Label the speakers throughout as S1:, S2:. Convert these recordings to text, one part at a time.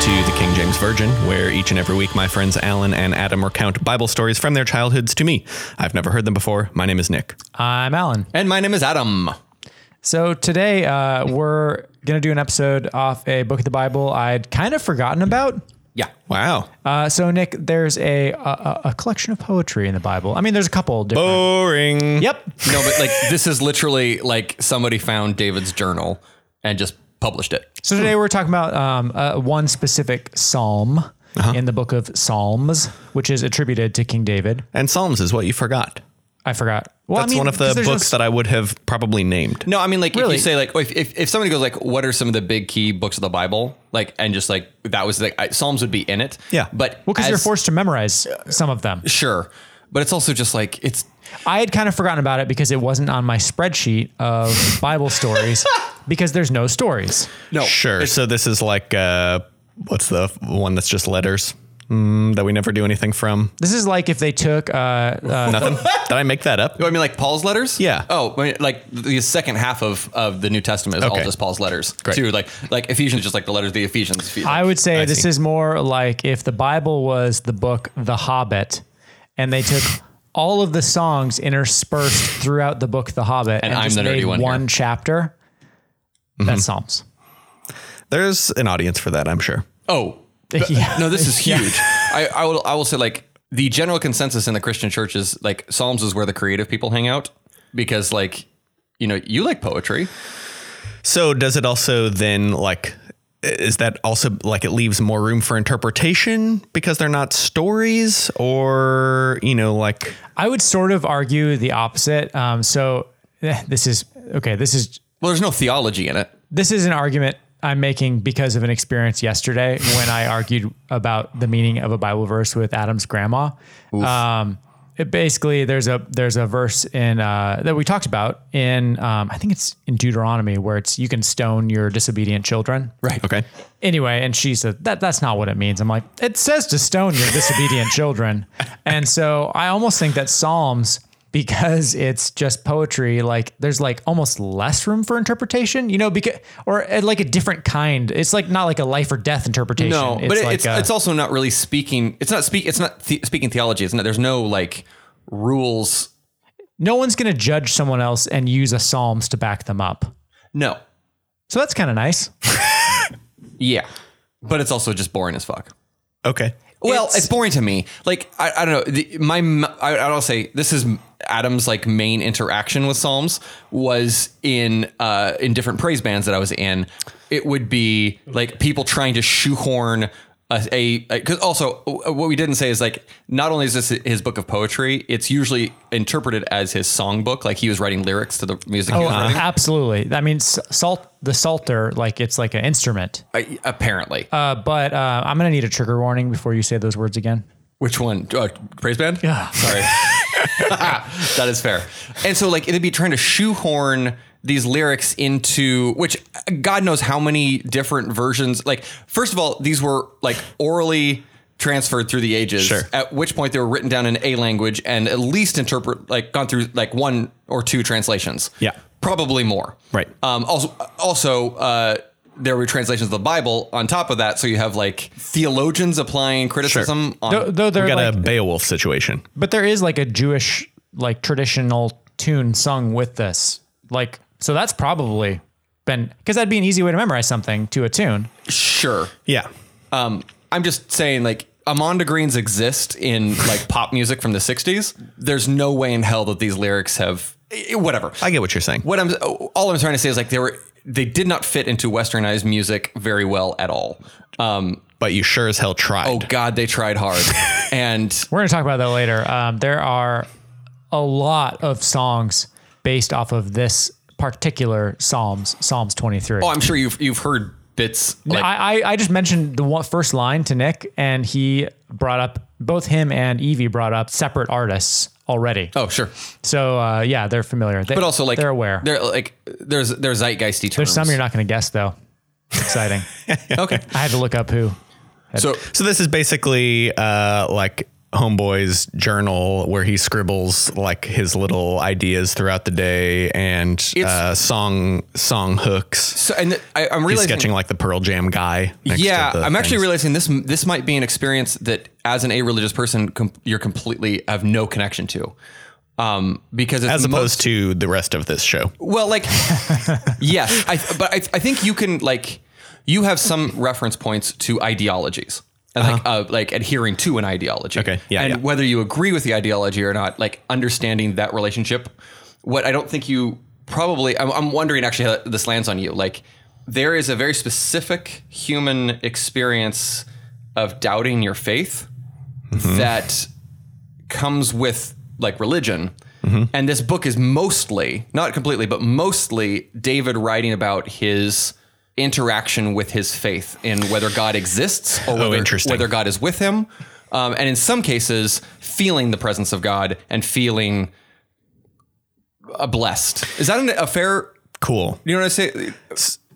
S1: to the King James Virgin, where each and every week my friends Alan and Adam recount Bible stories from their childhoods to me. I've never heard them before. My name is Nick.
S2: I'm Alan.
S1: And my name is Adam.
S2: So today uh, we're going to do an episode off a book of the Bible I'd kind of forgotten about.
S1: Yeah. Wow.
S2: Uh, so Nick, there's a, a a collection of poetry in the Bible. I mean, there's a couple different.
S1: Boring.
S2: Yep.
S3: No, but like this is literally like somebody found David's journal and just published it.
S2: So today we're talking about um, uh, one specific psalm
S1: Uh-huh.
S2: in the book of Psalms, which is attributed to King David.
S1: And Psalms is what you forgot.
S2: I forgot. Well,
S1: That's one of the books that I would have probably named.
S3: No, I mean like if
S2: Really?
S3: you say like if, if if somebody goes like what are some of the big key books of the Bible like and just like that was like I, Psalms would be in it.
S1: Yeah.
S3: but
S2: well, because you're
S3: as-
S2: forced to memorize some of them.
S3: sure, but it's also just like it's
S2: I had kind of forgotten about it because it wasn't on my spreadsheet of Bible stories because there's no stories.
S3: no
S1: Sure. So this is like uh, what's the one that's just letters mm, that we never do anything from?
S2: This is like if they took uh,
S1: Nothing. Did I make that up?
S3: I mean like Paul's letters.
S1: Yeah.
S3: Oh, I mean, like the second half of of the New Testament is
S1: Okay.
S3: all just Paul's letters.
S1: Great.
S3: Too like like Ephesians, just like the letters of the Ephesians.
S2: I would say this
S1: see.
S2: is more like if the Bible was the book The Hobbit and they took all of the songs interspersed throughout the book The Hobbit and,
S3: I'm
S2: just
S3: the nerdy
S2: made
S3: one here. Mm-hmm.
S2: chapter. That's Psalms.
S1: There's an audience for that, I'm sure.
S3: Oh, th-
S2: Yeah.
S3: no, this is huge. I, I will I will say like the general consensus in the Christian church is like Psalms is where the creative people hang out because like you know you like poetry.
S1: So does it also then like is that also like it leaves more room for interpretation because they're not stories or you know like
S2: I would sort of argue the opposite. Um, so eh, this is okay. This is
S3: Well, there's no theology in it.
S2: this is an argument I'm making because of an experience yesterday when I argued about the meaning of a Bible verse with Adam's grandma. Um, it basically, there's a there's a verse in uh, that we talked about in um, I think it's in Deuteronomy where it's you can stone your disobedient children.
S1: right okay
S2: Anyway, and she said that that's not what it means. I'm like, it says to stone your disobedient children, and so I almost think that Psalms. Because it's just poetry, like there's like almost less room for interpretation, you know, because or uh, like a different kind. It's like not like a life or death interpretation.
S3: No, but it,
S2: like uh,
S3: it's
S2: a-
S3: it's also not really speaking. It's not speak. It's not the, speaking theology. It's not. There's no like rules.
S2: no one's gonna judge someone else and use a Psalms to back them up.
S3: No.
S2: So that's kind of nice.
S3: Yeah. But it's also just boring as fuck.
S1: okay
S3: Well, it's, boring to me. Like I, I don't know. The, my m- I, I'll say this is Adam's like main interaction with Psalms was in uh in different praise bands that I was in. It would be like people trying to shoehorn a because also uh, what we didn't say is like not only is this his book of poetry, it's usually interpreted as his songbook. Like he was writing lyrics to the music. he
S2: Oh,
S3: was writing.
S2: Absolutely. I mean, s- salt the psalter, like it's like an instrument.
S3: I- apparently,
S2: Uh, but uh, I'm gonna need a trigger warning before you say those words again.
S3: Which one? Uh, praise band?
S2: Yeah.
S3: Sorry. that is fair. And so, like, it'd be trying to shoehorn these lyrics into which God knows how many different versions. Like, first of all, these were like orally transferred through the ages.
S1: Sure.
S3: At which point they were written down in a language and at least interpret like gone through like one or two translations.
S1: Yeah.
S3: Probably more.
S1: Right.
S3: Um, also, also, uh, there were translations of the Bible on top of that, so you have like theologians applying criticism on
S2: Though, though
S1: we
S2: they're
S1: got
S2: like,
S1: a Beowulf situation
S2: but there is like a Jewish like traditional tune sung with this. Like, so that's probably been because that'd be an easy way to memorize something to a tune.
S3: Sure.
S1: yeah
S3: Um, I'm just saying, like, Amanda Greens exist in like pop music from the '60s. There's no way in hell that these lyrics have eh, whatever.
S1: I get what you're saying
S3: What I'm all I'm trying to say is like they were they did not fit into westernized music very well at all. Um,
S1: but you sure as hell tried
S3: oh God, they tried hard, and
S2: We're gonna talk about that later. Um, there are a lot of songs based off of this particular Psalms, Psalms 23.
S3: oh, I'm sure you've you've heard bits. Like,
S2: I, I I just mentioned the one, first line to Nick, and he brought up both him and Evie brought up separate artists already.
S3: oh, sure,
S2: So uh, yeah, they're familiar. They,
S3: but also like
S2: they're aware.
S3: They're like there's there's zeitgeisty terms.
S2: There's some you're not going to guess though. Exciting.
S3: okay.
S2: I had to look up who.
S3: So
S1: so this is basically uh like homeboy's journal where he scribbles like his little ideas throughout the day and uh, song song hooks.
S3: So, and th- I, I'm
S1: He's
S3: realizing
S1: sketching like the Pearl Jam guy. next to
S3: yeah,
S1: the
S3: I'm actually
S1: things.
S3: realizing this. This might be an experience that, as an a religious person, com- you're completely have no connection to, um, because it's
S1: as
S3: mo-
S1: opposed to the rest of this show.
S3: well, like yes, I, but I, I think you can like you have some reference points to ideologies. And like, uh, like adhering to an ideology.
S1: Uh-huh. Okay, yeah,
S3: And
S1: yeah.
S3: whether you agree with the ideology or not, like understanding that relationship. What I don't think you probably, I'm, I'm wondering actually how this lands on you. Like, there is a very specific human experience of doubting your faith
S1: Hmm?
S3: that comes with like religion.
S1: Mm-hmm.
S3: And this book is mostly, not completely, but mostly David writing about his interaction with his faith in whether God exists or whether,
S1: Oh, interesting.
S3: whether God is with him. Um, and in some cases, feeling the presence of God and feeling uh, blessed. Is that an, a fair,
S1: Cool.
S3: you know what I say?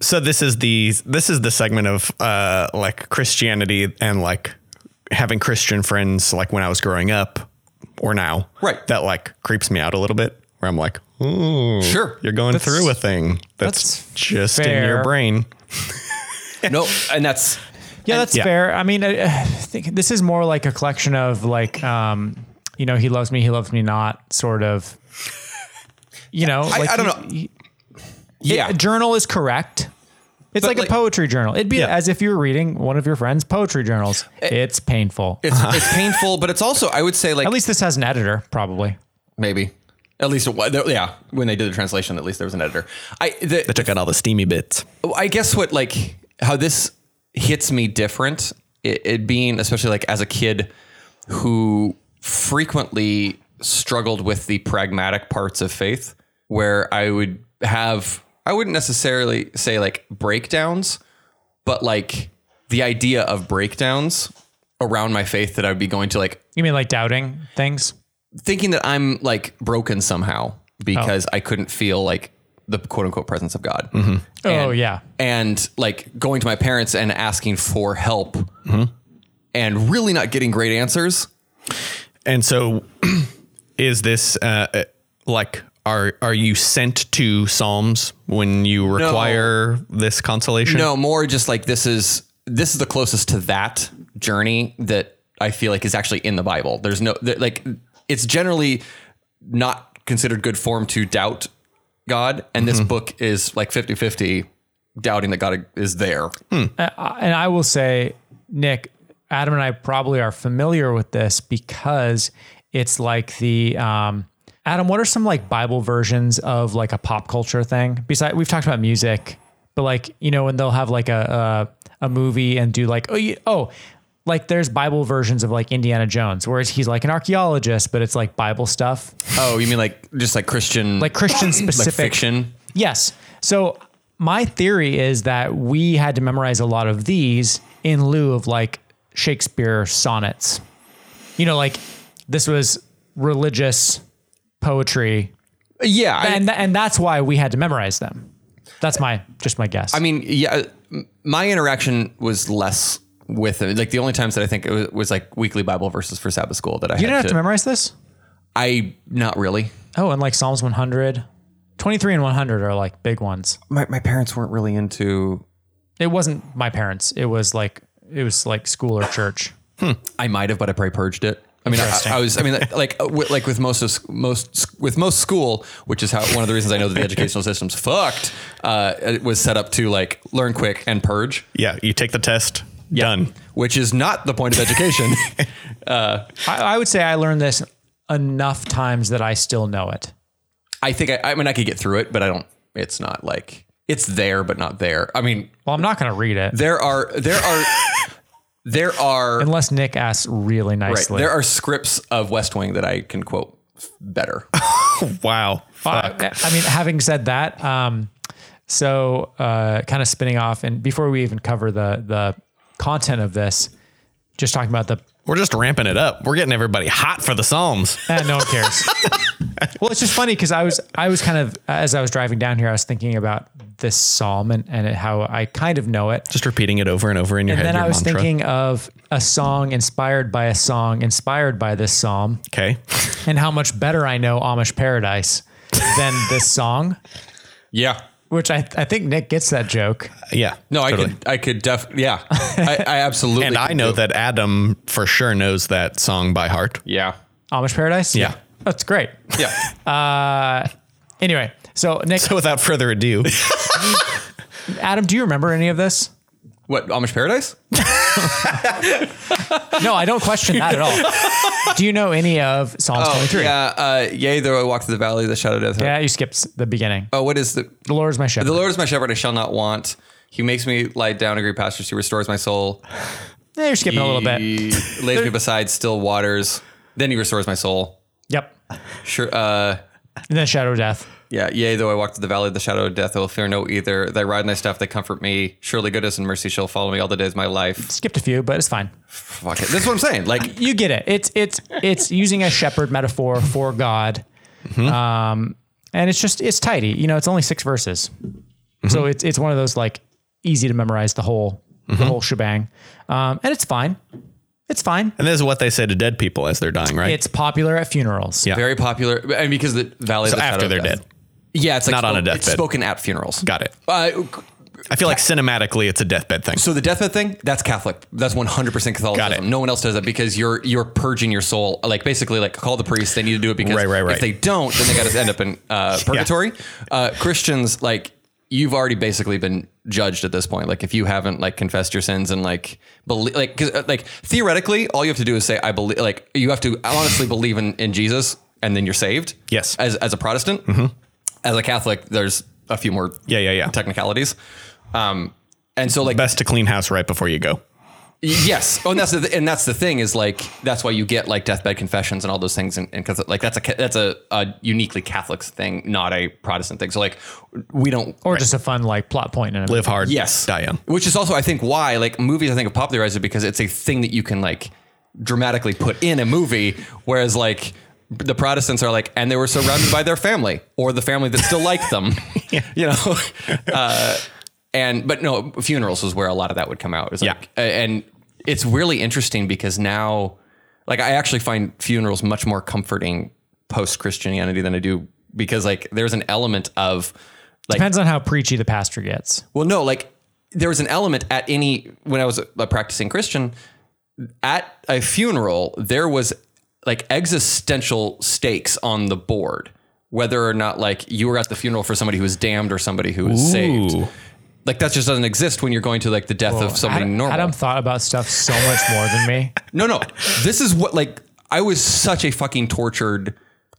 S1: So this is the this is the segment of uh like Christianity and like having Christian friends like when I was growing up or now.
S3: Right.
S1: That like creeps me out a little bit where I'm like, ooh,
S3: Sure.
S1: you're going
S2: That's-
S1: through a thing that's,
S2: that's
S1: just in
S2: fair.
S1: your brain.
S3: no, and that's,
S2: Yeah, that's
S1: yeah.
S2: fair. I mean, I, I think this is more like a collection of like, um, you know, he loves me, he loves me not, sort of. You know,
S3: I-
S2: like
S3: I don't
S2: he-
S3: know.
S2: he-
S3: yeah.
S2: a journal is correct. It's like,
S3: like-
S2: a poetry journal. It'd be
S1: Yeah.
S2: as if you were reading one of your friend's poetry journals. it's painful.
S3: It's, it's painful, but it's also, I would say, like,
S2: At least this has an editor, probably.
S3: maybe. At least, it wa- there- yeah, when they did the translation, at least there was an editor. I, the,
S1: I took out all the steamy bits.
S3: I guess what like how this hits me different it, it being especially like as a kid who frequently struggled with the pragmatic parts of faith where I would have I wouldn't necessarily say like breakdowns but like the idea of breakdowns around my faith that I would be going to like
S2: You mean like doubting things?
S3: thinking that I'm like broken somehow because I couldn't feel like the quote unquote presence of God.
S2: oh yeah.
S3: And like going to my parents and asking for help and really not getting great answers.
S1: And so, is this uh, uh, like are are you sent to Psalms when you require this consolation?
S3: No, more just like this is this is the closest to that journey that I feel like is actually in the Bible. There's no there- like it's generally not considered good form to doubt God and this book is like 50-50 doubting that God is there.
S2: Uh, and I will say, Nick, Adam and I probably are familiar with this because it's like the um, Adam. What are some like Bible versions of like a pop culture thing? Besides, we've talked about music, but like you know when they'll have like a a, a movie and do like oh you, oh. Like there's Bible versions of like Indiana Jones, where he's like an archaeologist, but it's like Bible stuff,
S3: Oh, you mean like just like Christian
S2: like Christian
S3: like
S2: specific
S3: fiction?
S2: Yes. So my theory is that we had to memorize a lot of these in lieu of like Shakespeare sonnets. You know, like this was religious poetry,
S3: Yeah, I-
S2: and and that's why we had to memorize them. That's my just my guess.
S3: I mean, yeah, m- my interaction was less with it. Like the only times that I think it was, was like weekly Bible verses for Sabbath school that I
S2: you
S3: had
S2: didn't have to memorize this.
S3: I not really.
S2: Oh, and like Psalms 100, 23 and 100 are like big ones.
S3: My my parents weren't really into.
S2: It wasn't my parents. It was like it was like school or church.
S3: I might have, but I probably purged it. I mean, I, I was. I mean, like, uh, with, like with most of most with most school, which is how one of the reasons I know that the educational system's fucked. Uh, it was set up to like learn quick and purge.
S1: Yeah, you take the test. Done.
S3: which is not the point of education.
S2: I, I would say I learned this enough times that I still know it.
S3: I think I, I mean I could get through it, but I don't. It's not like it's there, but not there. I mean,
S2: Well, I'm not going to read it
S3: there are there are there are right,
S2: unless Nick asks really nicely.
S3: there are scripts of West Wing that I can quote better.
S1: Wow.
S2: I, I mean, having said that, um, so uh, kind of spinning off, and before we even cover the the content of this, just talking about the
S1: We're just ramping it up. We're getting everybody hot for the Psalms.
S2: Eh, no one cares. well, it's just funny because I was I was kind of as I was driving down here, I was thinking about this psalm and, and how I kind of know it.
S1: Just repeating it over and over in your
S2: And then
S1: head. your
S2: I was
S1: mantra.
S2: thinking of a song inspired by a song inspired by this psalm
S1: okay,
S2: and how much better I know Amish Paradise than this song,
S3: Yeah.
S2: which I, I think Nick gets that joke.
S1: yeah,
S3: No,
S1: totally.
S3: I could, I could def, yeah, I, I absolutely.
S1: And I
S3: could
S1: know
S3: do.
S1: that Adam for sure knows that song by heart.
S3: Yeah,
S2: Amish Paradise?
S1: Yeah.
S2: That's great.
S3: yeah.
S2: Anyway, so Nick,
S1: So without further ado,
S2: Adam, do you remember any of this?
S3: what Amish Paradise?
S2: No, I don't question that at all. Do you know any of Psalms 23? Yeah.
S3: Oh, Yeah. Uh, yea, though I walk through the valley of the shadow of death.
S2: you skipped the beginning.
S3: Oh, what is the?
S2: The Lord is my shepherd.
S3: The Lord is my shepherd; I shall not want. He makes me lie down in green pastures. He restores my soul.
S2: Eh, you're skipping a little bit.
S3: He lays me beside still waters. Then he restores my soul.
S2: Yep.
S3: Sure. Uh,
S2: And then Shadow of Death.
S3: yeah. Yea, though I walk through the valley of the shadow of death, I will fear no either. Thy rod and thy staff they comfort me. Surely goodness and mercy shall follow me all the days of my life.
S2: Skipped a few, but it's fine.
S3: Fuck it. That's what I'm saying. Like,
S2: You get it. It's it's it's using a shepherd metaphor for God.
S1: Mm-hmm.
S2: Um, and it's just it's tidy. You know, it's only six verses. So
S1: Mm-hmm.
S2: it's it's one of those like easy to memorize the whole the whole shebang. Um, and it's fine. It's fine.
S1: and this is what they say to dead people as they're dying, right?
S2: It's popular at funerals.
S1: Yeah.
S3: very popular, and because the valley
S1: so
S3: of the
S1: after
S3: shadow
S1: they're
S3: of death.
S1: dead.
S3: Yeah, it's like
S1: Not on a
S3: spoke- it's
S1: deathbed.
S3: spoken at funerals.
S1: Got it.
S3: Uh,
S1: I feel like cinematically, it's a deathbed thing.
S3: so the deathbed thing, that's Catholic. That's 100% Catholicism.
S1: Got it.
S3: No one else does it because you're you're purging your soul. Like basically like call the priest, they need to do it because
S1: Right, right,
S3: if
S1: right.
S3: they don't, then they got to end up in uh, purgatory. Uh, Christians like you've already basically been judged at this point. Like if you haven't like confessed your sins and like believe like 'cause, uh, like theoretically all you have to do is say I believe like you have to honestly believe in in Jesus and then you're saved.
S1: Yes. Mm-hmm.
S3: As as a Protestant. As a Catholic, there's a few more
S1: Yeah, yeah, yeah.
S3: technicalities. Um and so like
S1: Best to clean house right before you go.
S3: Yes, oh, and that's the th- and that's the thing is like that's why you get like deathbed confessions and all those things, and because like that's a ca- that's a, a uniquely Catholic thing, not a Protestant thing. So like we don't.
S2: Or just a fun like plot point in a
S1: Live hard.
S3: Yes,
S1: Die young.
S3: which is also I think why like movies I think have popularized it because it's a thing that you can like dramatically put in a movie, whereas like the Protestants are like, and they were surrounded by their family or the family that still liked them, you know. Uh, and but no, funerals was where a lot of that would come out. It was
S1: Yeah.
S3: like, and it's really interesting because now, like, I actually find funerals much more comforting post Christianity than I do because like there's an element of like
S2: Depends on how preachy the pastor gets.
S3: well, no, like there was an element at any when I was a practicing Christian at a funeral, there was like existential stakes on the board, whether or not like you were at the funeral for somebody who was damned or somebody who was saved. Like that just doesn't exist when you're going to like the death of somebody
S2: Adam,
S3: normal.
S2: Adam thought about stuff so much more than me.
S3: No, no. This is what like I was such a fucking tortured.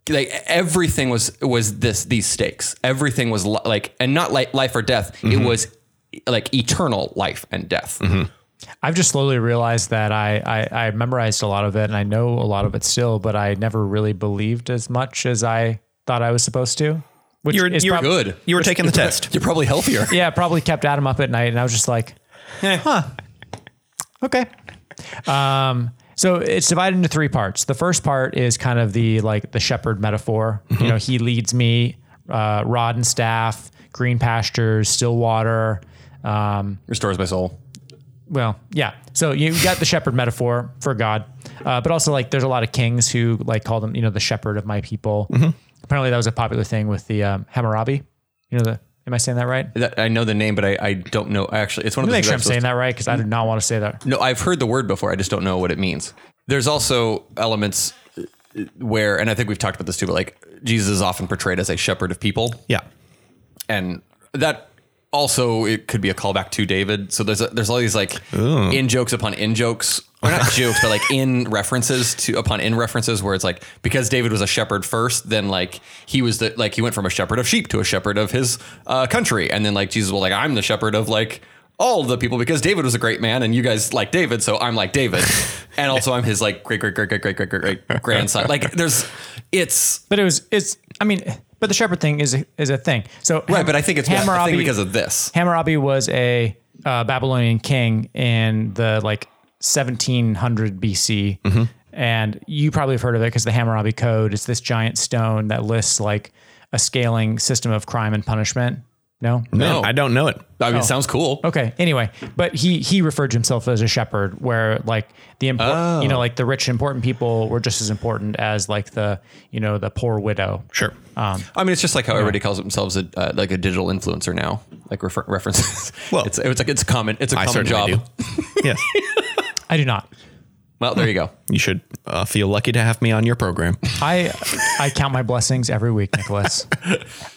S3: Like everything was was this these stakes. Everything was li- like and not like life or death. It was like eternal life and death.
S2: I've just slowly realized that I, I I memorized a lot of it and I know a lot of it still, but I never really believed as much as I thought I was supposed to. Which
S1: You're,
S2: is
S1: you're
S2: prob-
S3: good.
S1: You were taking the test.
S3: You're probably healthier.
S2: Yeah, probably kept Adam up at night, and I was just like, huh, okay. Um, so it's divided into three parts. The first part is kind of the like the shepherd metaphor.
S1: Mm-hmm.
S2: You know, he leads me, uh, rod and staff, green pastures, still water. Um,
S3: Restores my soul.
S2: well, yeah. So you got the shepherd metaphor for God, uh, but also like there's a lot of kings who like call them, you know, the shepherd of my people.
S3: Mm-hmm.
S2: Apparently, that was a popular thing with the um, Hammurabi. You know, the am I saying that right? Let
S3: That, I know the name, but I, I don't know. Actually, it's one of
S2: me
S3: the
S2: make sure I'm saying that right because I do not want to say that.
S3: No, I've heard the word before. I just don't know what it means. There's also elements uh, where, and I think we've talked about this too, but like Jesus is often portrayed as a shepherd of people.
S1: Yeah.
S3: and that also it could be a callback to David. So there's a, there's all these like in jokes upon in jokes, or not jokes, but like in references to upon in references where it's like because David was a shepherd first, then like he was the like he went from a shepherd of sheep to a shepherd of his uh, country, and then like Jesus was like I'm the shepherd of like all the people because David was a great man and you guys like David, so I'm like David, and also I'm his like great great great great great great great great grandson. Like there's it's
S2: But it was it's. I mean, but the shepherd thing is a, is a thing. So
S3: right, but I think it's I think because of this.
S2: Hammurabi was a uh, Babylonian king in the like 1700 BC. And you probably have heard of it because the Hammurabi Code is this giant stone that lists like a scaling system of crime and punishment. No.
S3: No.
S1: No, I don't know it.
S3: I mean, it sounds cool.
S2: Okay. Anyway, but he he referred to himself as a shepherd, where like the important, you know, like the rich important people were just as important as like the you know the poor widow.
S1: Sure.
S3: I mean, it's just like how everybody calls themselves a uh, like a digital influencer now, like refer- references.
S1: Well-
S3: it's, it's like it's a common, it's a
S1: I
S3: common job.
S1: certainly do. yes.
S2: I do not.
S3: Well, there you go.
S1: You should uh, feel lucky to have me on your program.
S2: I I count my blessings every week, Nicholas.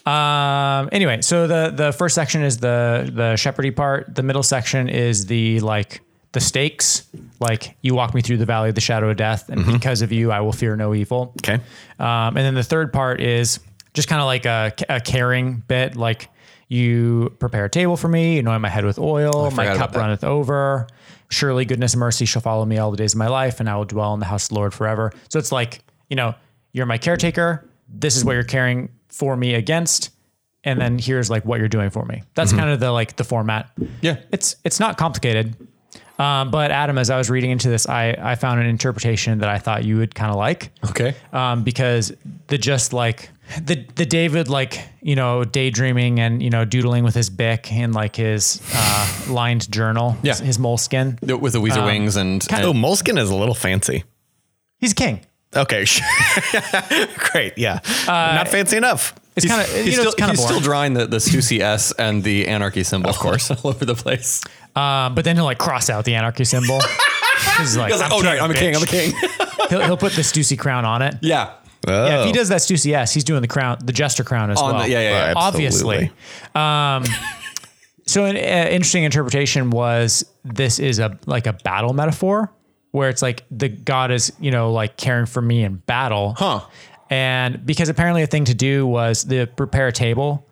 S2: um. Anyway, so the the first section is the the shepherdy part. The middle section is the like the stakes. Like you walk me through the valley of the shadow of death, and because of you, I will fear no evil.
S1: Okay.
S2: Um, and then the third part is just kind of like a, a caring bit, like you prepare a table for me, anoint my head with oil, my
S3: Oh, forgot about
S2: cup
S3: that.
S2: runneth over. Surely goodness and mercy shall follow me all the days of my life, and I will dwell in the house of the Lord forever. So it's like, you know, you're my caretaker. This is what you're caring for me against. And then here's like what you're doing for me. That's
S3: Mm-hmm.
S2: kind of the like the format.
S3: Yeah.
S2: It's it's not complicated. Um, but Adam, as I was reading into this, I, I found an interpretation that I thought you would kind of like
S3: Okay.
S2: um, because the just like the the David like you know daydreaming and you know doodling with his bick and like his uh, lined journal,
S3: Yeah.
S2: his, his moleskin.
S3: Uh, With the Weezer wings and, and
S1: Um, Oh, moleskin is a little fancy.
S2: He's king.
S1: Okay. sure. Great. Yeah.
S3: Uh,
S1: Not fancy enough.
S2: It's kind of
S3: he's,
S2: you know
S3: still,
S2: it's kind of
S3: he's
S2: boring.
S3: still drawing the, the Stussy S and the anarchy symbol, of course, all over the place.
S2: um, but then he'll like cross out the anarchy symbol. He's like, Oh, I'm king, bitch."
S3: "Oh, a king.
S2: He'll, he'll put the Stussy crown on it.
S3: yeah.
S2: Yeah,
S1: Oh,
S2: if he does that Stussy S, he's doing the crown, the jester crown as
S3: On
S2: well.
S3: the- yeah, yeah, yeah.
S1: Right,
S2: obviously. Um,
S1: absolutely.
S2: So an uh, interesting interpretation was this is a like a battle metaphor where it's like the god is you know like caring for me in battle.
S3: Huh.
S2: And because apparently a thing to do was the prepare a table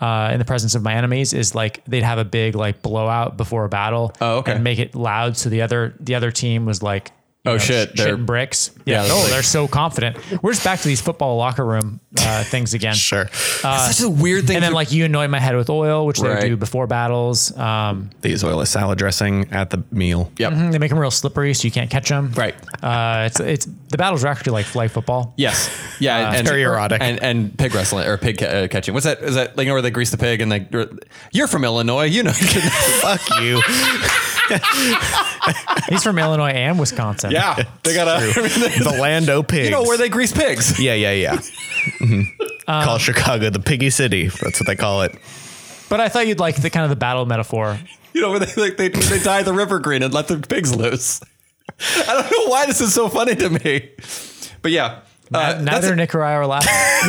S2: uh, in the presence of my enemies is like they'd have a big like blowout before a battle.
S3: Oh, okay.
S2: And make it loud so the other the other team was like. you
S3: Oh, shit,
S2: sh-
S3: they're-
S2: shitting bricks. Yeah.
S3: Yeah,
S2: oh,
S3: like-
S2: they're so confident. We're just back to these football locker room uh, things again.
S1: Sure.
S3: It's such a weird thing.
S2: And then
S3: to-
S2: like you anoint my head with oil, which
S3: Right.
S2: they do before battles. Um,
S1: they use oil as salad dressing at the meal.
S3: yep.
S2: Mhm, They make them real slippery, so you can't catch them.
S3: Right.
S2: Uh, it's it's the battles are actually like flag football.
S3: Yes. Yeah.
S2: Uh,
S3: and, and,
S1: very erotic.
S3: And, and pig wrestling or pig ca- uh, catching. What's that? Is that like you know, where they grease the pig and they? You're from Illinois, you know.
S1: Fuck you.
S2: He's from Illinois and Wisconsin.
S3: yeah, they got a.
S1: the land o' pigs.
S3: you know where they grease pigs.
S1: Yeah, yeah, yeah. Mhm. call Chicago the piggy city. That's what they call it.
S2: But I thought you'd like the kind of the battle metaphor.
S3: You know where they like they they dye the river green and let the pigs loose. I don't know why this is so funny to me, but yeah. Uh, that's,
S2: Neither Nick or I are laughing.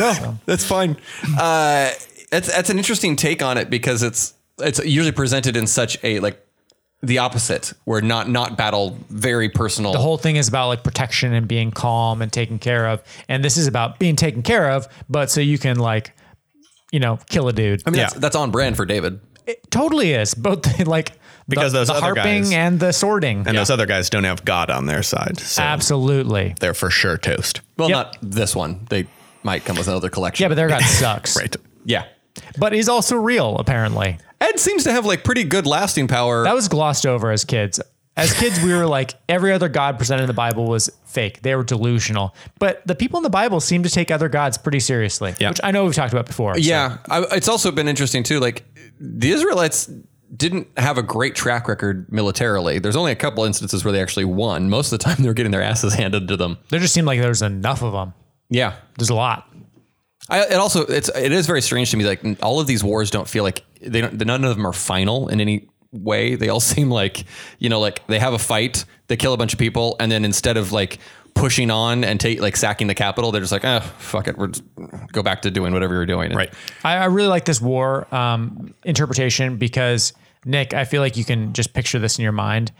S3: no, that's fine. Uh, that's that's an interesting take on it because it's it's usually presented in such a like the opposite where not not battle very personal
S2: The whole thing is about like protection and being calm and taken care of. And this is about being taken care of, but so you can like, you know, kill a dude.
S3: I mean,
S1: Yeah.
S3: that's, that's on brand for David.
S2: it totally is. Both the, like
S1: Because
S2: the,
S1: those
S2: the
S1: other
S2: harping
S1: guys-
S2: and the sorting.
S1: And those other guys don't have God on their side. So
S2: Absolutely.
S1: they're for sure toast.
S3: Well,
S2: Yep.
S3: not this one. They might come with another collection.
S2: Yeah, but their god sucks.
S1: Right.
S3: yeah.
S2: But he's also real, apparently.
S3: Ed seems to have like pretty good lasting power.
S2: That was glossed over as kids. As kids, we were like, every other god presented in the Bible was fake. They were delusional. But the people in the Bible seem to take other gods pretty seriously,
S1: Yeah.
S2: which I know we've talked about before. so-
S3: yeah, I, it's also been interesting too. Like the Israelites didn't have a great track record militarily. There's only a couple instances where they actually won. Most of the time, they were getting their asses handed to them.
S2: there just seemed like there was enough of them.
S3: Yeah.
S2: There's a lot.
S3: I, it also it's it is very strange to me. Like all of these wars don't feel like they don't. None of them are final in any way. They all seem like you know, like they have a fight, they kill a bunch of people, and then instead of like pushing on and take like sacking the capital, they're just like, oh fuck it, we're just, go back to doing whatever you're doing. And
S1: Right.
S2: I, I really like this war um, interpretation because, Nick, I feel like you can just picture this in your mind.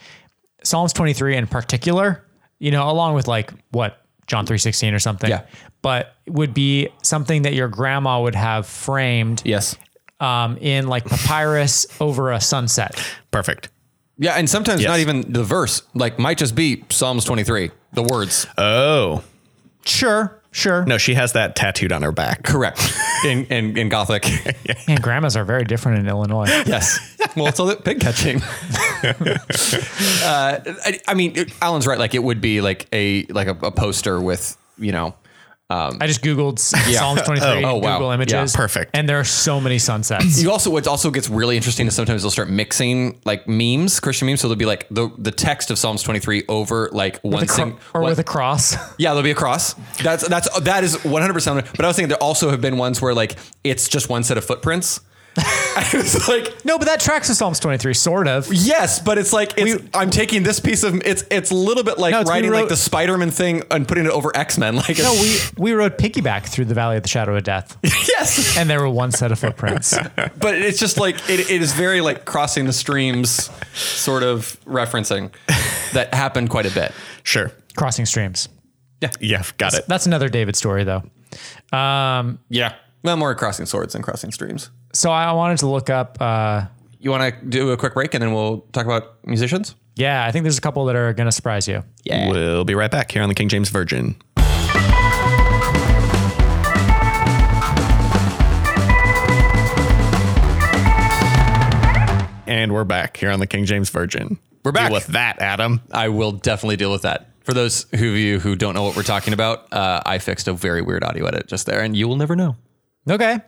S2: Psalms 23 in particular, you know, along with like what John 3:16 or something.
S3: Yeah.
S2: But would be something that your grandma would have framed
S3: Yes.
S2: um, in like papyrus over a sunset.
S1: Perfect.
S3: Yeah, and sometimes
S1: Yes.
S3: not even the verse. Like might just be Psalms 23. The words.
S1: Oh.
S2: Sure, sure.
S1: No, she has that tattooed on her back.
S3: Correct. in, in in Gothic.
S2: Man, grandmas are very different in Illinois.
S3: Yes. Well, it's all that pig catching. uh, I, I mean, it- Alan's right. Like it would be like a like a, a poster with you know
S2: I just googled S- Psalms 23
S3: Oh, oh, wow.
S2: Google images.
S1: Yeah, perfect.
S2: And there are so many sunsets.
S3: You also what also gets really interesting is sometimes they'll start mixing like memes, Christian memes. So they'll be like the the text of Psalms 23 over like one
S2: With a cro-
S3: sing
S2: or
S3: one-
S2: with a cross.
S3: yeah, there'll be a cross. That's that's uh, that is 100. percent But I was thinking there also have been ones where like it's just one set of footprints. I was like,
S2: no, but that tracks with Psalms 23, sort of.
S3: Yes, but it's like it's, I'm taking this piece of it's it's a little bit like
S2: No, it's- we
S3: writing like
S2: wrote-
S3: the Spider-Man thing and putting it over X-Men. Like
S2: No, we, we rode piggyback through the Valley of the Shadow of Death,
S3: yes,
S2: and there were one set of footprints.
S3: but it's just like it, it is very like crossing the streams, sort of referencing that happened quite a bit.
S1: Sure.
S2: Crossing streams.
S1: Yeah, got it.
S2: That's another David story, though. Um,
S3: Yeah, well, more crossing swords than crossing streams.
S2: so I wanted to look up. Uh,
S3: You want to do a quick break and then we'll talk about musicians.
S2: yeah, I think there's a couple that are going to surprise you.
S1: We'll be right back here on the King James Virgin. And we're back here on the King James Virgin. We're
S3: back.
S1: with that, Adam.
S3: I will definitely deal with that. For those who- of you who don't know what we're talking about, uh, I fixed a very weird audio edit just there, and you will never know.
S2: Okay.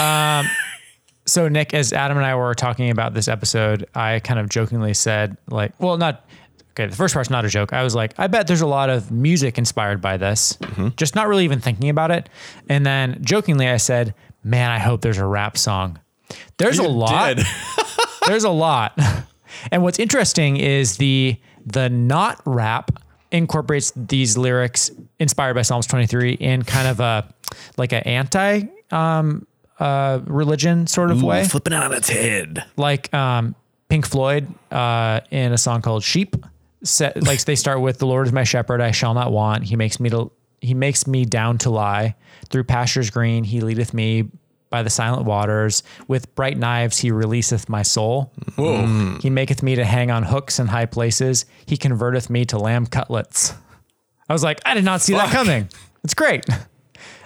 S2: Um, so Nick, as Adam and I were talking about this episode, I kind of jokingly said, like, well, not okay. The first part's not a joke. I was like, I bet there's a lot of music inspired by this, just not really even thinking about it. And then jokingly, I said, man, I hope there's a rap song. There's a lot.
S3: Did.
S2: There's a lot. And what's interesting is the the not rap incorporates these lyrics inspired by Psalms 23 in kind of a like an anti um uh religion sort of way.
S1: Flipping it on its head.
S2: Like um Pink Floyd uh in a song called Sheep set, like they start with the Lord is my shepherd I shall not want. He makes me to he makes me down to lie through pastures green he leadeth me by the silent waters with bright knives he releaseth my soul. Mm.
S3: Whoa.
S2: He maketh me to hang on hooks in high places. He converteth me to lamb cutlets. I was like, I did not see that
S3: Fuck.
S2: coming. It's great.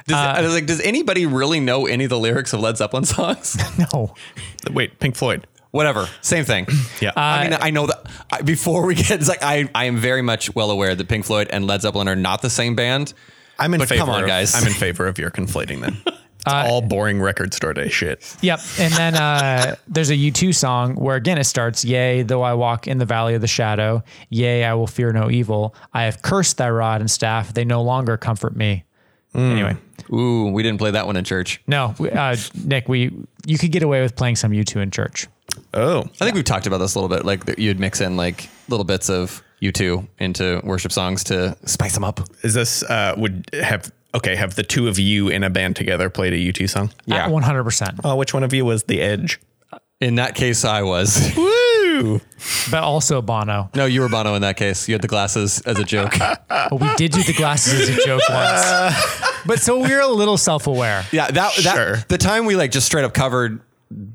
S3: Does,
S2: Uh,
S3: I was like, does anybody really know any of the lyrics of Led Zeppelin songs?
S2: no.
S1: Wait, Pink Floyd.
S3: Whatever, same thing.
S1: Yeah.
S3: I mean, I know that. I, before we get, it's like I, I am very much well aware that Pink Floyd and Led Zeppelin are not the same band.
S1: I'm in
S3: but
S1: favor.
S3: come on,
S1: of-
S3: guys.
S1: I'm in favor of your conflating them. It's
S2: Uh,
S1: all boring record store day shit.
S2: Yep. And then uh, there's a U2 song where again it starts, Yea, though I walk in the valley of the shadow, yea, I will fear no evil. I have cursed thy rod and staff. They no longer comfort me. Anyway,
S3: Ooh, we didn't play that one in church.
S2: no, we- uh, Nick, we you could get away with playing some U2 in church.
S1: Oh,
S3: I think we've talked about this a little bit. Like that you'd mix in like little bits of you two into worship songs to spice them up.
S1: is this uh would have okay, have the two of you in a band together played a U2 song?
S3: Yeah.
S2: At 100%.
S1: Oh, which one of you was the edge?
S3: In that case, I was.
S1: Woo!
S2: But also Bono.
S3: no, you were Bono in that case. You had the glasses as a joke.
S2: But we did do the glasses as a joke once. But so we're a little self-aware,
S3: yeah, that
S1: Sure.
S3: that the time we like just straight up covered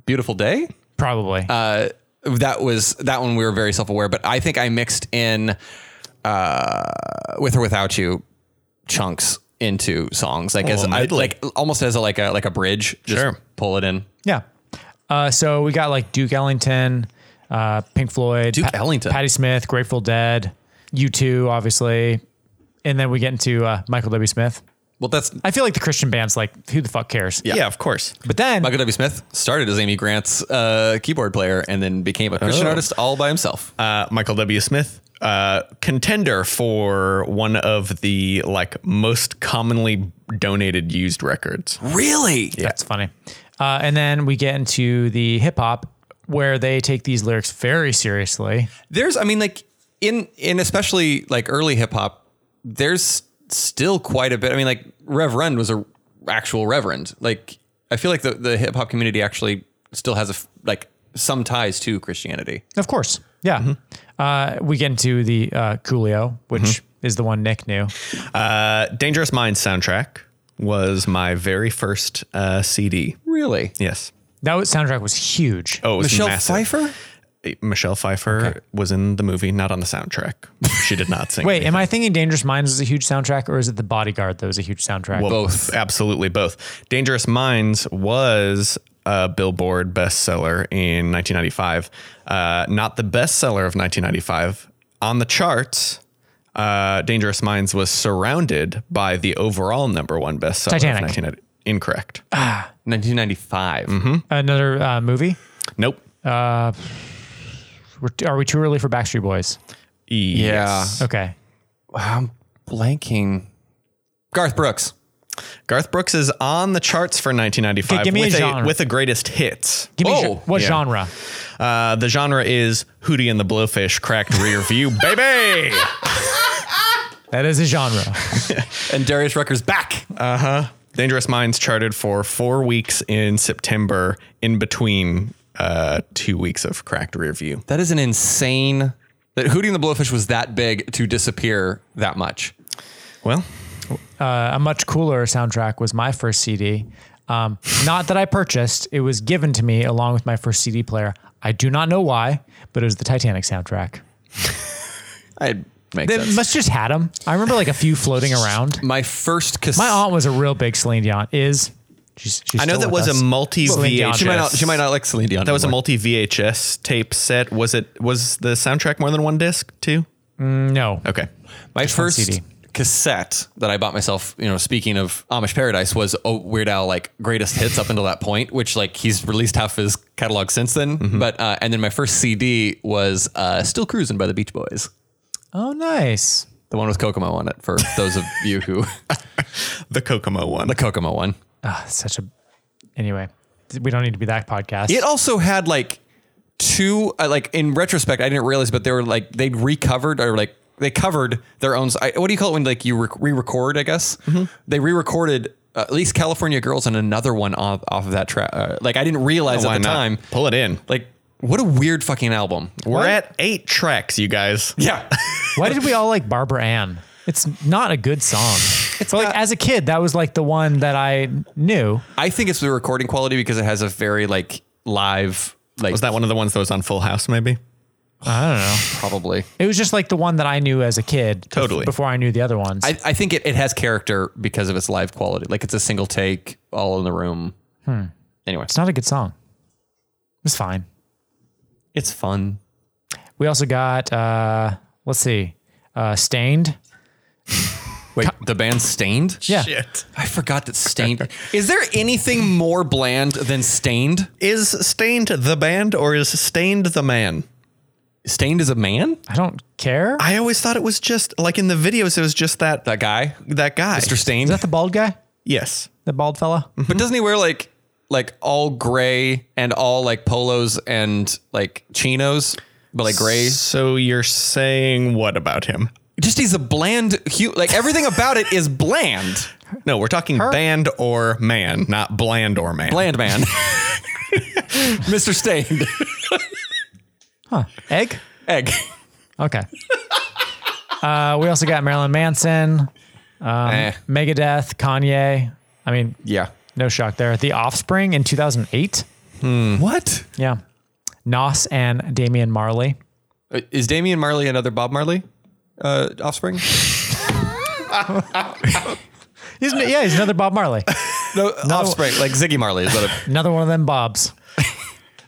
S3: "Beautiful Day."
S2: probably.
S3: uh, that was that one we were very self-aware but i think i mixed in uh, with or without you chunks into songs like as
S1: Oh,
S3: I,
S1: medley.
S3: like almost as a, like a like a bridge just
S1: Sure.
S3: pull it in
S2: yeah. Uh, so we got like Duke Ellington, uh, Pink Floyd,
S3: Duke Ellington.
S2: Patti Smith, Grateful Dead, U2, obviously, and then we get into uh, Michael W. Smith.
S3: well that's
S2: I feel like the Christian band's like, who the fuck cares?
S1: Yeah, of course.
S2: But then
S3: michael w smith started as amy grant's uh, keyboard player and then became a christian
S1: Oh.
S3: artist all by himself
S1: Uh, Michael W. Smith, uh, contender for one of the like most commonly donated used records. Uh,
S3: really
S2: That's funny. Uh, and then we get into the hip hop where they take these lyrics very seriously.
S3: there's i mean like in in especially like early hip hop there's still quite a bit i mean like reverend was a actual reverend like i feel like the, the hip hop community actually still has a f- like some ties to christianity
S2: Of course. Yeah. Uh, we get into the uh, Coolio, which is the one Nick knew.
S1: Uh, Dangerous Minds soundtrack was my very first uh, CD.
S3: really
S1: Yes.
S2: That was, soundtrack was huge.
S1: Oh, it was
S3: michelle
S1: massive.
S3: pfeiffer
S1: Michelle Pfeiffer was in the movie, not on the soundtrack. She did not sing.
S2: Wait, am I thinking Dangerous Minds is a huge soundtrack, or is it The Bodyguard that was a huge soundtrack?
S1: Well,
S3: Both.
S1: Absolutely both. Dangerous Minds was a Billboard bestseller in 1995. Uh, not the bestseller of 1995 on the charts. uh, Dangerous Minds was surrounded by the overall number one bestseller. of
S2: Titanic. Uh,
S1: 1990 Incorrect.
S3: 1995.
S2: Another uh, movie.
S1: Nope.
S2: We're t- Are we too early for Backstreet Boys?
S3: Yeah.
S1: Yes.
S2: Okay.
S3: I'm blanking. Garth Brooks.
S1: Garth Brooks is on the charts for 1995
S2: Okay, give me a
S1: with,
S2: genre.
S1: with the greatest hits.
S2: Give me
S3: Oh,
S2: gen- what
S1: yeah.
S2: genre?
S1: Uh, the genre is Hootie and the Blowfish cracked rear view, baby.
S2: That is a genre.
S3: And Darius Rucker's back.
S1: Dangerous Minds charted for four weeks in September, in between uh, two weeks of cracked rear view.
S3: that is an insane. That Hooting the Blowfish was that big to disappear that much.
S1: Well,
S2: Uh, a much cooler soundtrack was my first CD. Um, not that I purchased; it was given to me along with my first CD player. I do not know why, but it was the Titanic soundtrack.
S3: I make
S2: They
S3: sense.
S2: must just had them. I remember like a few floating around.
S3: my first cassette.
S2: My aunt was a real big Celine Dion. Is she's, she's
S1: I know
S2: still
S1: that
S2: with
S1: was
S2: us.
S1: a multi
S2: Dion.
S1: VHS.
S3: she might not. Oh, She might not like Celine Dion.
S1: That was a
S3: anymore.
S1: multi VHS tape set. Was it? Was the soundtrack more than one disc too?
S2: no.
S1: Okay.
S3: my
S2: one
S3: first
S2: CD.
S3: cassette that I bought myself. You know, speaking of Amish Paradise, was oh, Weird Al like greatest hits up until that point, which like he's released half his catalog since then.
S1: Mm-hmm.
S3: But uh, and then my first CD was uh, Still Cruising by the Beach Boys,
S2: Oh, nice.
S3: the one with Kokomo on it. For those of you who
S1: The Kokomo one.
S3: the Kokomo one.
S2: Ah, such a. Anyway, we don't need to be that podcast.
S3: It also had like two, uh, like in retrospect, I didn't realize, but they were like, they recovered or like, they covered their own. I, what do you call it when like you rec- re-record? I guess
S1: Mm-hmm.
S3: they re-recorded uh, at least California Girls and another one off, off of that track. Uh, like I didn't realize
S1: Why
S3: at the
S1: not?
S3: time.
S1: Pull it in.
S3: Like what a weird fucking album.
S1: We're at eight tracks, you guys.
S3: Yeah,
S2: Why did we all like Barbara Ann? It's not a good song. It's like as a kid, that was like the one that I knew.
S3: I think it's the recording quality because it has a very like live. Like
S1: Was that one of the ones that was on Full House? Maybe.
S2: I don't know.
S3: probably?
S2: It was just like the one that I knew as a kid. bef-
S1: Totally.
S2: Before I knew the other ones.
S3: I, I think it, it has character because of its live quality. Like it's a single take, all in the room.
S1: Hmm.
S3: Anyway,
S2: it's not a good song. It's fine.
S3: it's fun.
S2: We also got, uh, let's see, uh, Stained.
S3: Wait, the band Stained?
S2: Yeah.
S1: Shit.
S3: I forgot that Stained. Is there anything more bland than Stained?
S1: Is Stained the band or is Stained the man?
S3: Stained is a man?
S2: I don't care.
S1: I always thought it was just like in the videos, it was just that that,
S3: That guy?
S1: guy.
S3: Mr. Stained?
S2: Is that the bald guy?
S1: Yes.
S2: The bald fella?
S3: but doesn't he wear like like all gray and all like polos and like chinos? But like gray?
S1: So you're saying what about him?
S3: Just he's a bland hue. Like everything about it is bland.
S1: No, we're talking band or man, not bland or man.
S3: Bland man. Mr. Stained.
S2: Egg?
S3: Egg.
S2: Okay. uh, we also got Marilyn Manson,
S3: Eh,
S2: Megadeth, Kanye. I mean,
S3: yeah.
S2: no shock there. The Offspring in 2008.
S3: What?
S2: Yeah. Nos and Damian Marley.
S3: Uh, Is Damian Marley another Bob Marley uh, offspring?
S2: He's, yeah, he's another Bob Marley.
S3: No, offspring. Like Ziggy Marley. Is that a
S2: Another one of them Bobs.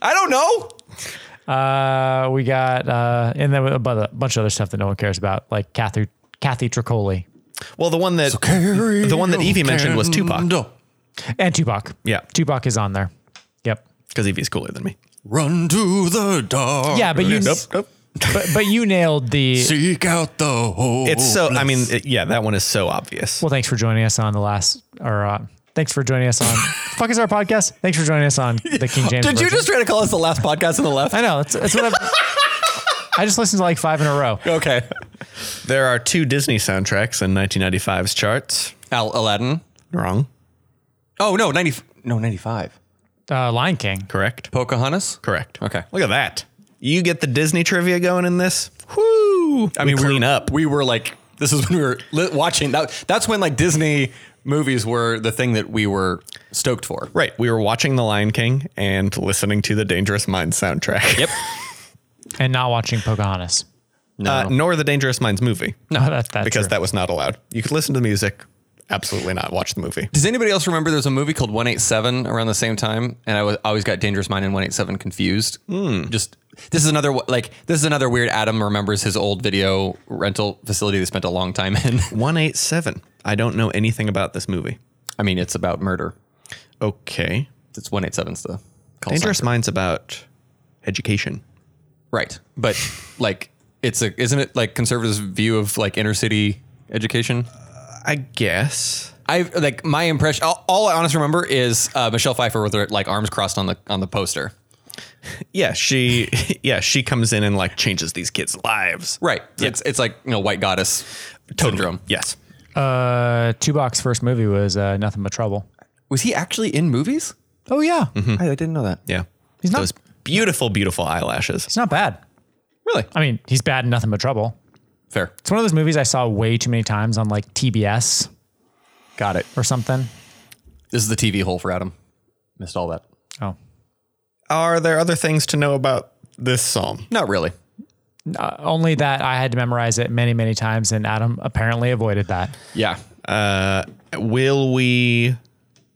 S3: I don't know.
S2: Uh, we got, uh, and then a bu- a bunch of other stuff that no one cares about, like Kathy, Kathy Tricoli
S1: Well, the one that the one that Evie mentioned was Tupac
S2: and Tupac.
S1: Yeah.
S2: Tupac is on there. Yep.
S3: Oh,
S1: because Evie's cooler than me.
S4: Run to the dark.
S2: Yeah, but you, but, but you nailed the,
S4: Seek out the whole.
S1: It's so. I mean, it- yeah, that one is so obvious.
S2: Well, thanks for joining us on the last, or uh, thanks for joining us on. fuck is our podcast? Thanks for joining us on the King James.
S3: Did you
S2: version.
S3: just try to call us the last podcast on the left?
S2: I know that's, that's what I've, I just listened to like five in a row.
S3: Okay.
S1: There are two Disney soundtracks in 1995's charts.
S3: Al Aladdin.
S1: Wrong.
S3: Oh no, ninety. No, ninety-five.
S2: Uh, Lion King.
S1: Correct.
S3: Pocahontas.
S1: Correct.
S3: Okay.
S1: Look at that. You get the Disney trivia going in this. Whoo! I mean,
S3: we
S1: clean
S3: were,
S1: up.
S3: We were like, this is when we were li- watching. That, that's when like Disney movies were the thing that we were stoked for.
S1: Right. We were watching The Lion King and listening to the Dangerous Minds soundtrack.
S3: Yep.
S2: and not watching Pocahontas.
S1: Uh, nor the Dangerous Minds movie
S2: No, that, that's
S1: because
S2: true.
S1: that was not allowed. You could listen to the music, absolutely not watch the movie.
S3: Does anybody else remember there's a movie called 187 around the same time? And I was, I always got Dangerous Mind and 187 confused. Just this is another like this is another weird. Adam remembers his old video rental facility they spent a long time in.
S1: 187. I don't know anything about this movie.
S3: I mean, it's about murder.
S1: Okay.
S3: It's one eight seven's the call sign.
S1: Dangerous Minds about education.
S3: right? But like, it's a isn't it like conservatives' view of like inner city education?
S1: I guess.
S3: I like my impression. All, all I honestly remember is uh, Michelle Pfeiffer with her like arms crossed on the on the poster.
S1: Yeah, she yeah, she comes in and like changes these kids' lives.
S3: Right. It's it's like you know white goddess syndrome.
S1: Yes.
S2: Uh, Tubok's first movie was uh, Nothing But Trouble.
S3: Was he actually in movies?
S2: Oh yeah,
S3: I, I didn't know that.
S1: Yeah.
S2: He's not-
S1: Those beautiful, beautiful eyelashes.
S2: it's not bad.
S3: Really?
S2: I mean, he's bad in Nothing But Trouble.
S3: Fair.
S2: It's one of those movies I saw way too many times on like TBS
S3: Got it.
S2: or something.
S3: This is the TV hole for Adam. Missed all that.
S2: Oh,
S1: Are there other things to know about this psalm?
S3: Not really.
S2: uh, only that I had to memorize it many, many times, and Adam apparently avoided that.
S3: Yeah.
S1: Will we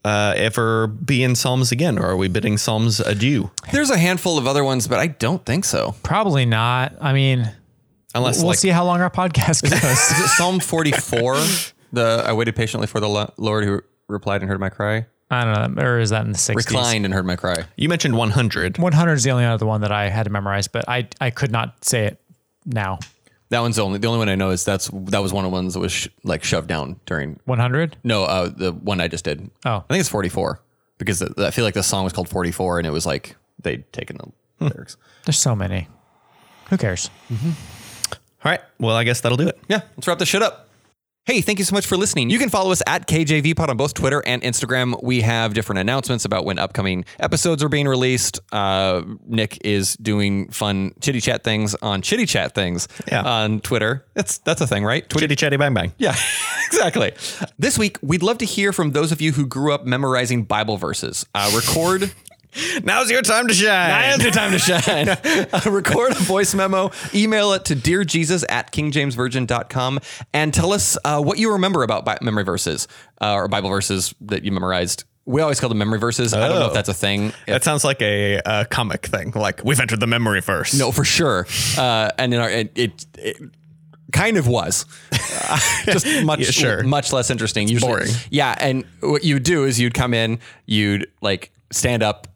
S1: uh, ever be in psalms again, or are we bidding psalms adieu?
S3: There's a handful of other ones, but I don't think so.
S2: Probably not. I mean,
S1: Unless
S2: we'll
S1: like
S2: see how long our podcast goes.
S3: Is it Psalm 44? the I waited patiently for the Lo- Lord who replied and heard my cry.
S2: I don't know, or is that in the sixties?
S3: Reclined and heard my cry.
S1: you mentioned 100.
S2: One hundred is the only other one that I had to memorize, but I I could not say it now.
S3: That one's the only the only one I know is that's that was one of the ones that was sh- like shoved down during
S2: One hundred.
S3: No, uh, the one I just did.
S2: Oh.
S3: I think it's 44 because th- I feel like the song was called 44 and it was like they'd taken the lyrics.
S2: There's so many. Who cares?
S1: All right. Well, I guess that'll do it.
S3: Yeah, let's wrap this shit up. Hey, thank you so much for listening. You can follow us at KJVPod on both Twitter and Instagram. We have different announcements about when upcoming episodes are being released. Uh, Nick is doing fun chitty chat things on chitty chat things
S1: Yeah.
S3: on Twitter. That's that's a thing, right? Twitter.
S1: Chitty chatty bang bang.
S3: Yeah, exactly. This week, we'd love to hear from those of you who grew up memorizing Bible verses. Uh, record
S1: Now's your time to shine.
S3: Now's your time to shine. Uh, record a voice memo, email it to dearjesus at kingjamesvirgin.com, and tell us uh, what you remember about Bi- memory verses uh, or Bible verses that you memorized. We always call them memory verses. I don't know if
S1: Oh.
S3: that's a thing. If-
S1: That sounds like a, uh comic thing. Like we've entered the memory first.
S3: no, for sure. Uh, and in our, it, it, it kind of was just much,
S1: Yeah, sure.
S3: much less interesting. Usually,
S1: boring.
S3: Yeah. And what you would do is you'd come in, you'd like stand up,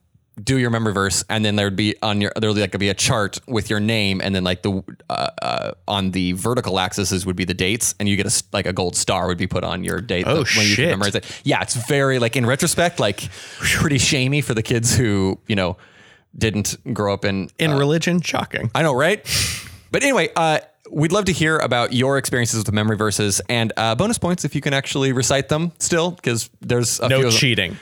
S3: do your memory verse, and then there'd be on your, there'd like be a chart with your name. And then like the, uh, uh, on the vertical axes would be the dates and you get a, s- like a gold star would be put on your date.
S1: Oh,
S3: when you can
S1: shit.
S3: memorize it. Yeah. It's very like in retrospect, like pretty shamey for the kids who, you know, didn't grow up in
S1: In religion, shocking.
S3: I know, right? But anyway, uh, we'd love to hear about your experiences with memory verses and uh, bonus points if you can actually recite them still, because there's a few
S1: No
S3: of them.
S1: cheating.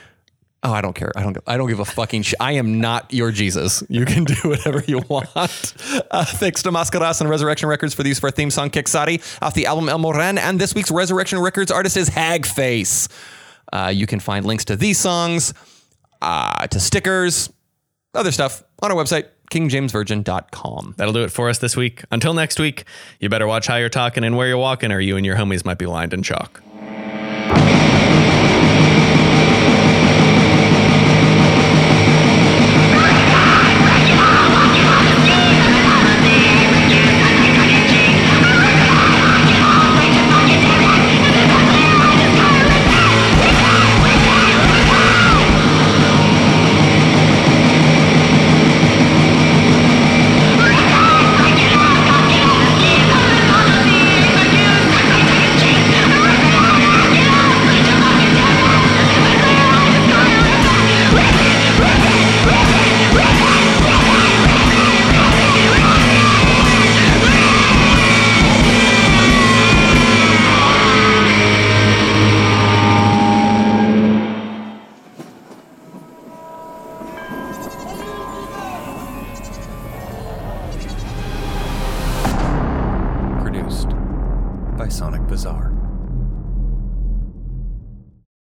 S3: Oh, I don't care. I don't. I don't give a fucking shit. I am not your Jesus. You can do whatever you want. Uh, thanks to Mascaras and Resurrection Records for the use of our theme song "Kixari" off the album El Moran, and this week's Resurrection Records artist is Hagface. Uh, you can find links to these songs, uh, to stickers, other stuff on our website, kingjamesvirgin.com.
S1: That'll do it for us this week. Until next week, you better watch how you're talking and where you're walking, or you and your homies might be lined in chalk.
S5: Produced by Sonic Bazaar.